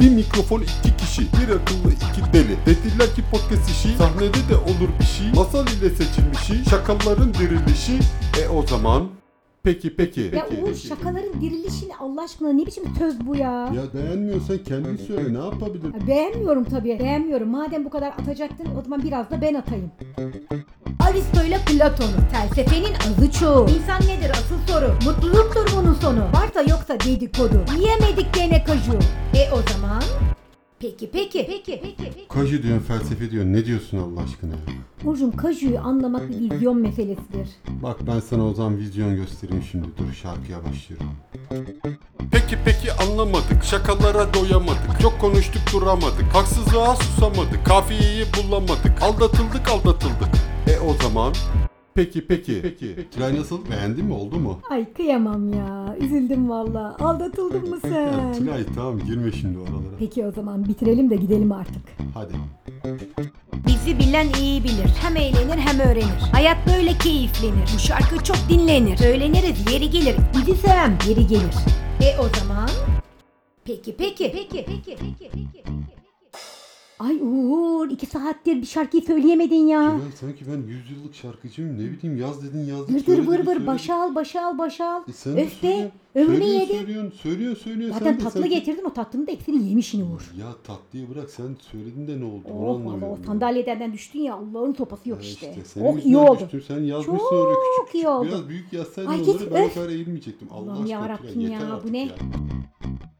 Bir mikrofon iki kişi, bir akıllı iki deli. Dediler ki podcast işi, sahnede de olur bir şey. Masal ile seçilmişi, şakaların dirilişi. E o zaman... Peki peki. Ya peki, Uğur peki. şakaların dirilişini Allah aşkına ne biçim töz bu ya? Ya beğenmiyorsan kendin söyle ne yapabilirim? Ya Beğenmiyorum tabii. Beğenmiyorum. Madem bu kadar atacaktın o zaman biraz da ben atayım. Aristo ile Platon'u. Felsefenin azı çoğu. İnsan nedir asıl soru. Mutluluktur bunun sonu. Varsa yoksa dedikodu. Yiyemedik gene kaju. E o zaman? Peki peki. Peki peki. peki. Kaju diyorsun felsefe diyorsun ne diyorsun Allah aşkına ya? Uğur'cum kajuyu anlamak bir vizyon meselesidir. Bak ben sana o zaman vizyon göstereyim şimdi. Dur şarkıya başlıyorum. Peki peki anlamadık. Şakalara doyamadık. Çok konuştuk duramadık. Haksızlığa susamadık. Kafiyeyi bulamadık. Aldatıldık aldatıldık. E o zaman... Peki peki. Peki. Tülay nasıl? Beğendin mi? Oldu mu? Ay kıyamam ya. Üzüldüm valla. Aldatıldın mı Ya sen? Tülay tamam girme şimdi oralara. Peki o zaman bitirelim de gidelim artık. Hadi. Bizi bilen iyi bilir. Hem eğlenir hem öğrenir. Hayat böyle keyiflenir. Bu şarkı çok dinlenir. Söyleniriz yeri gelir. Bizi seven geri gelir. E o zaman? Peki peki peki peki peki peki. Ay Uğur iki saattir bir şarkıyı söyleyemedin ya. Tülay sanki ben 100 yıllık şarkıcıyım. Ne bileyim yaz dedin yazdık. Vır vır söyledin, vır vır söyledin. başa al başa al başa al. E sen de Öfte söyle. ömrünü Söylüyorsun, yedin. Söylüyorsun söylüyorsun söylüyorsun. Zaten Sen de- tatlı sen- getirdin o tatlının da hepsini yemiş yine Uğur. Ya tatlıyı bırak sen söyledin de ne oldu onu Oh anlamıyorum. valla o ya. sandalyeden düştün ya Allah'ın topası yok Ya işte. senin Oh iyi yüzünden oldu. düştüm. Sen yazmışsın Çok öyle küçük iyi küçük. oldu. Biraz büyük yazsaydın Ay onları git, ben o öf. kadar eğilmeyecektim. Allah Allah'ım aşkına yarabbim Tülay, yeter ya, bu artık ne? ya.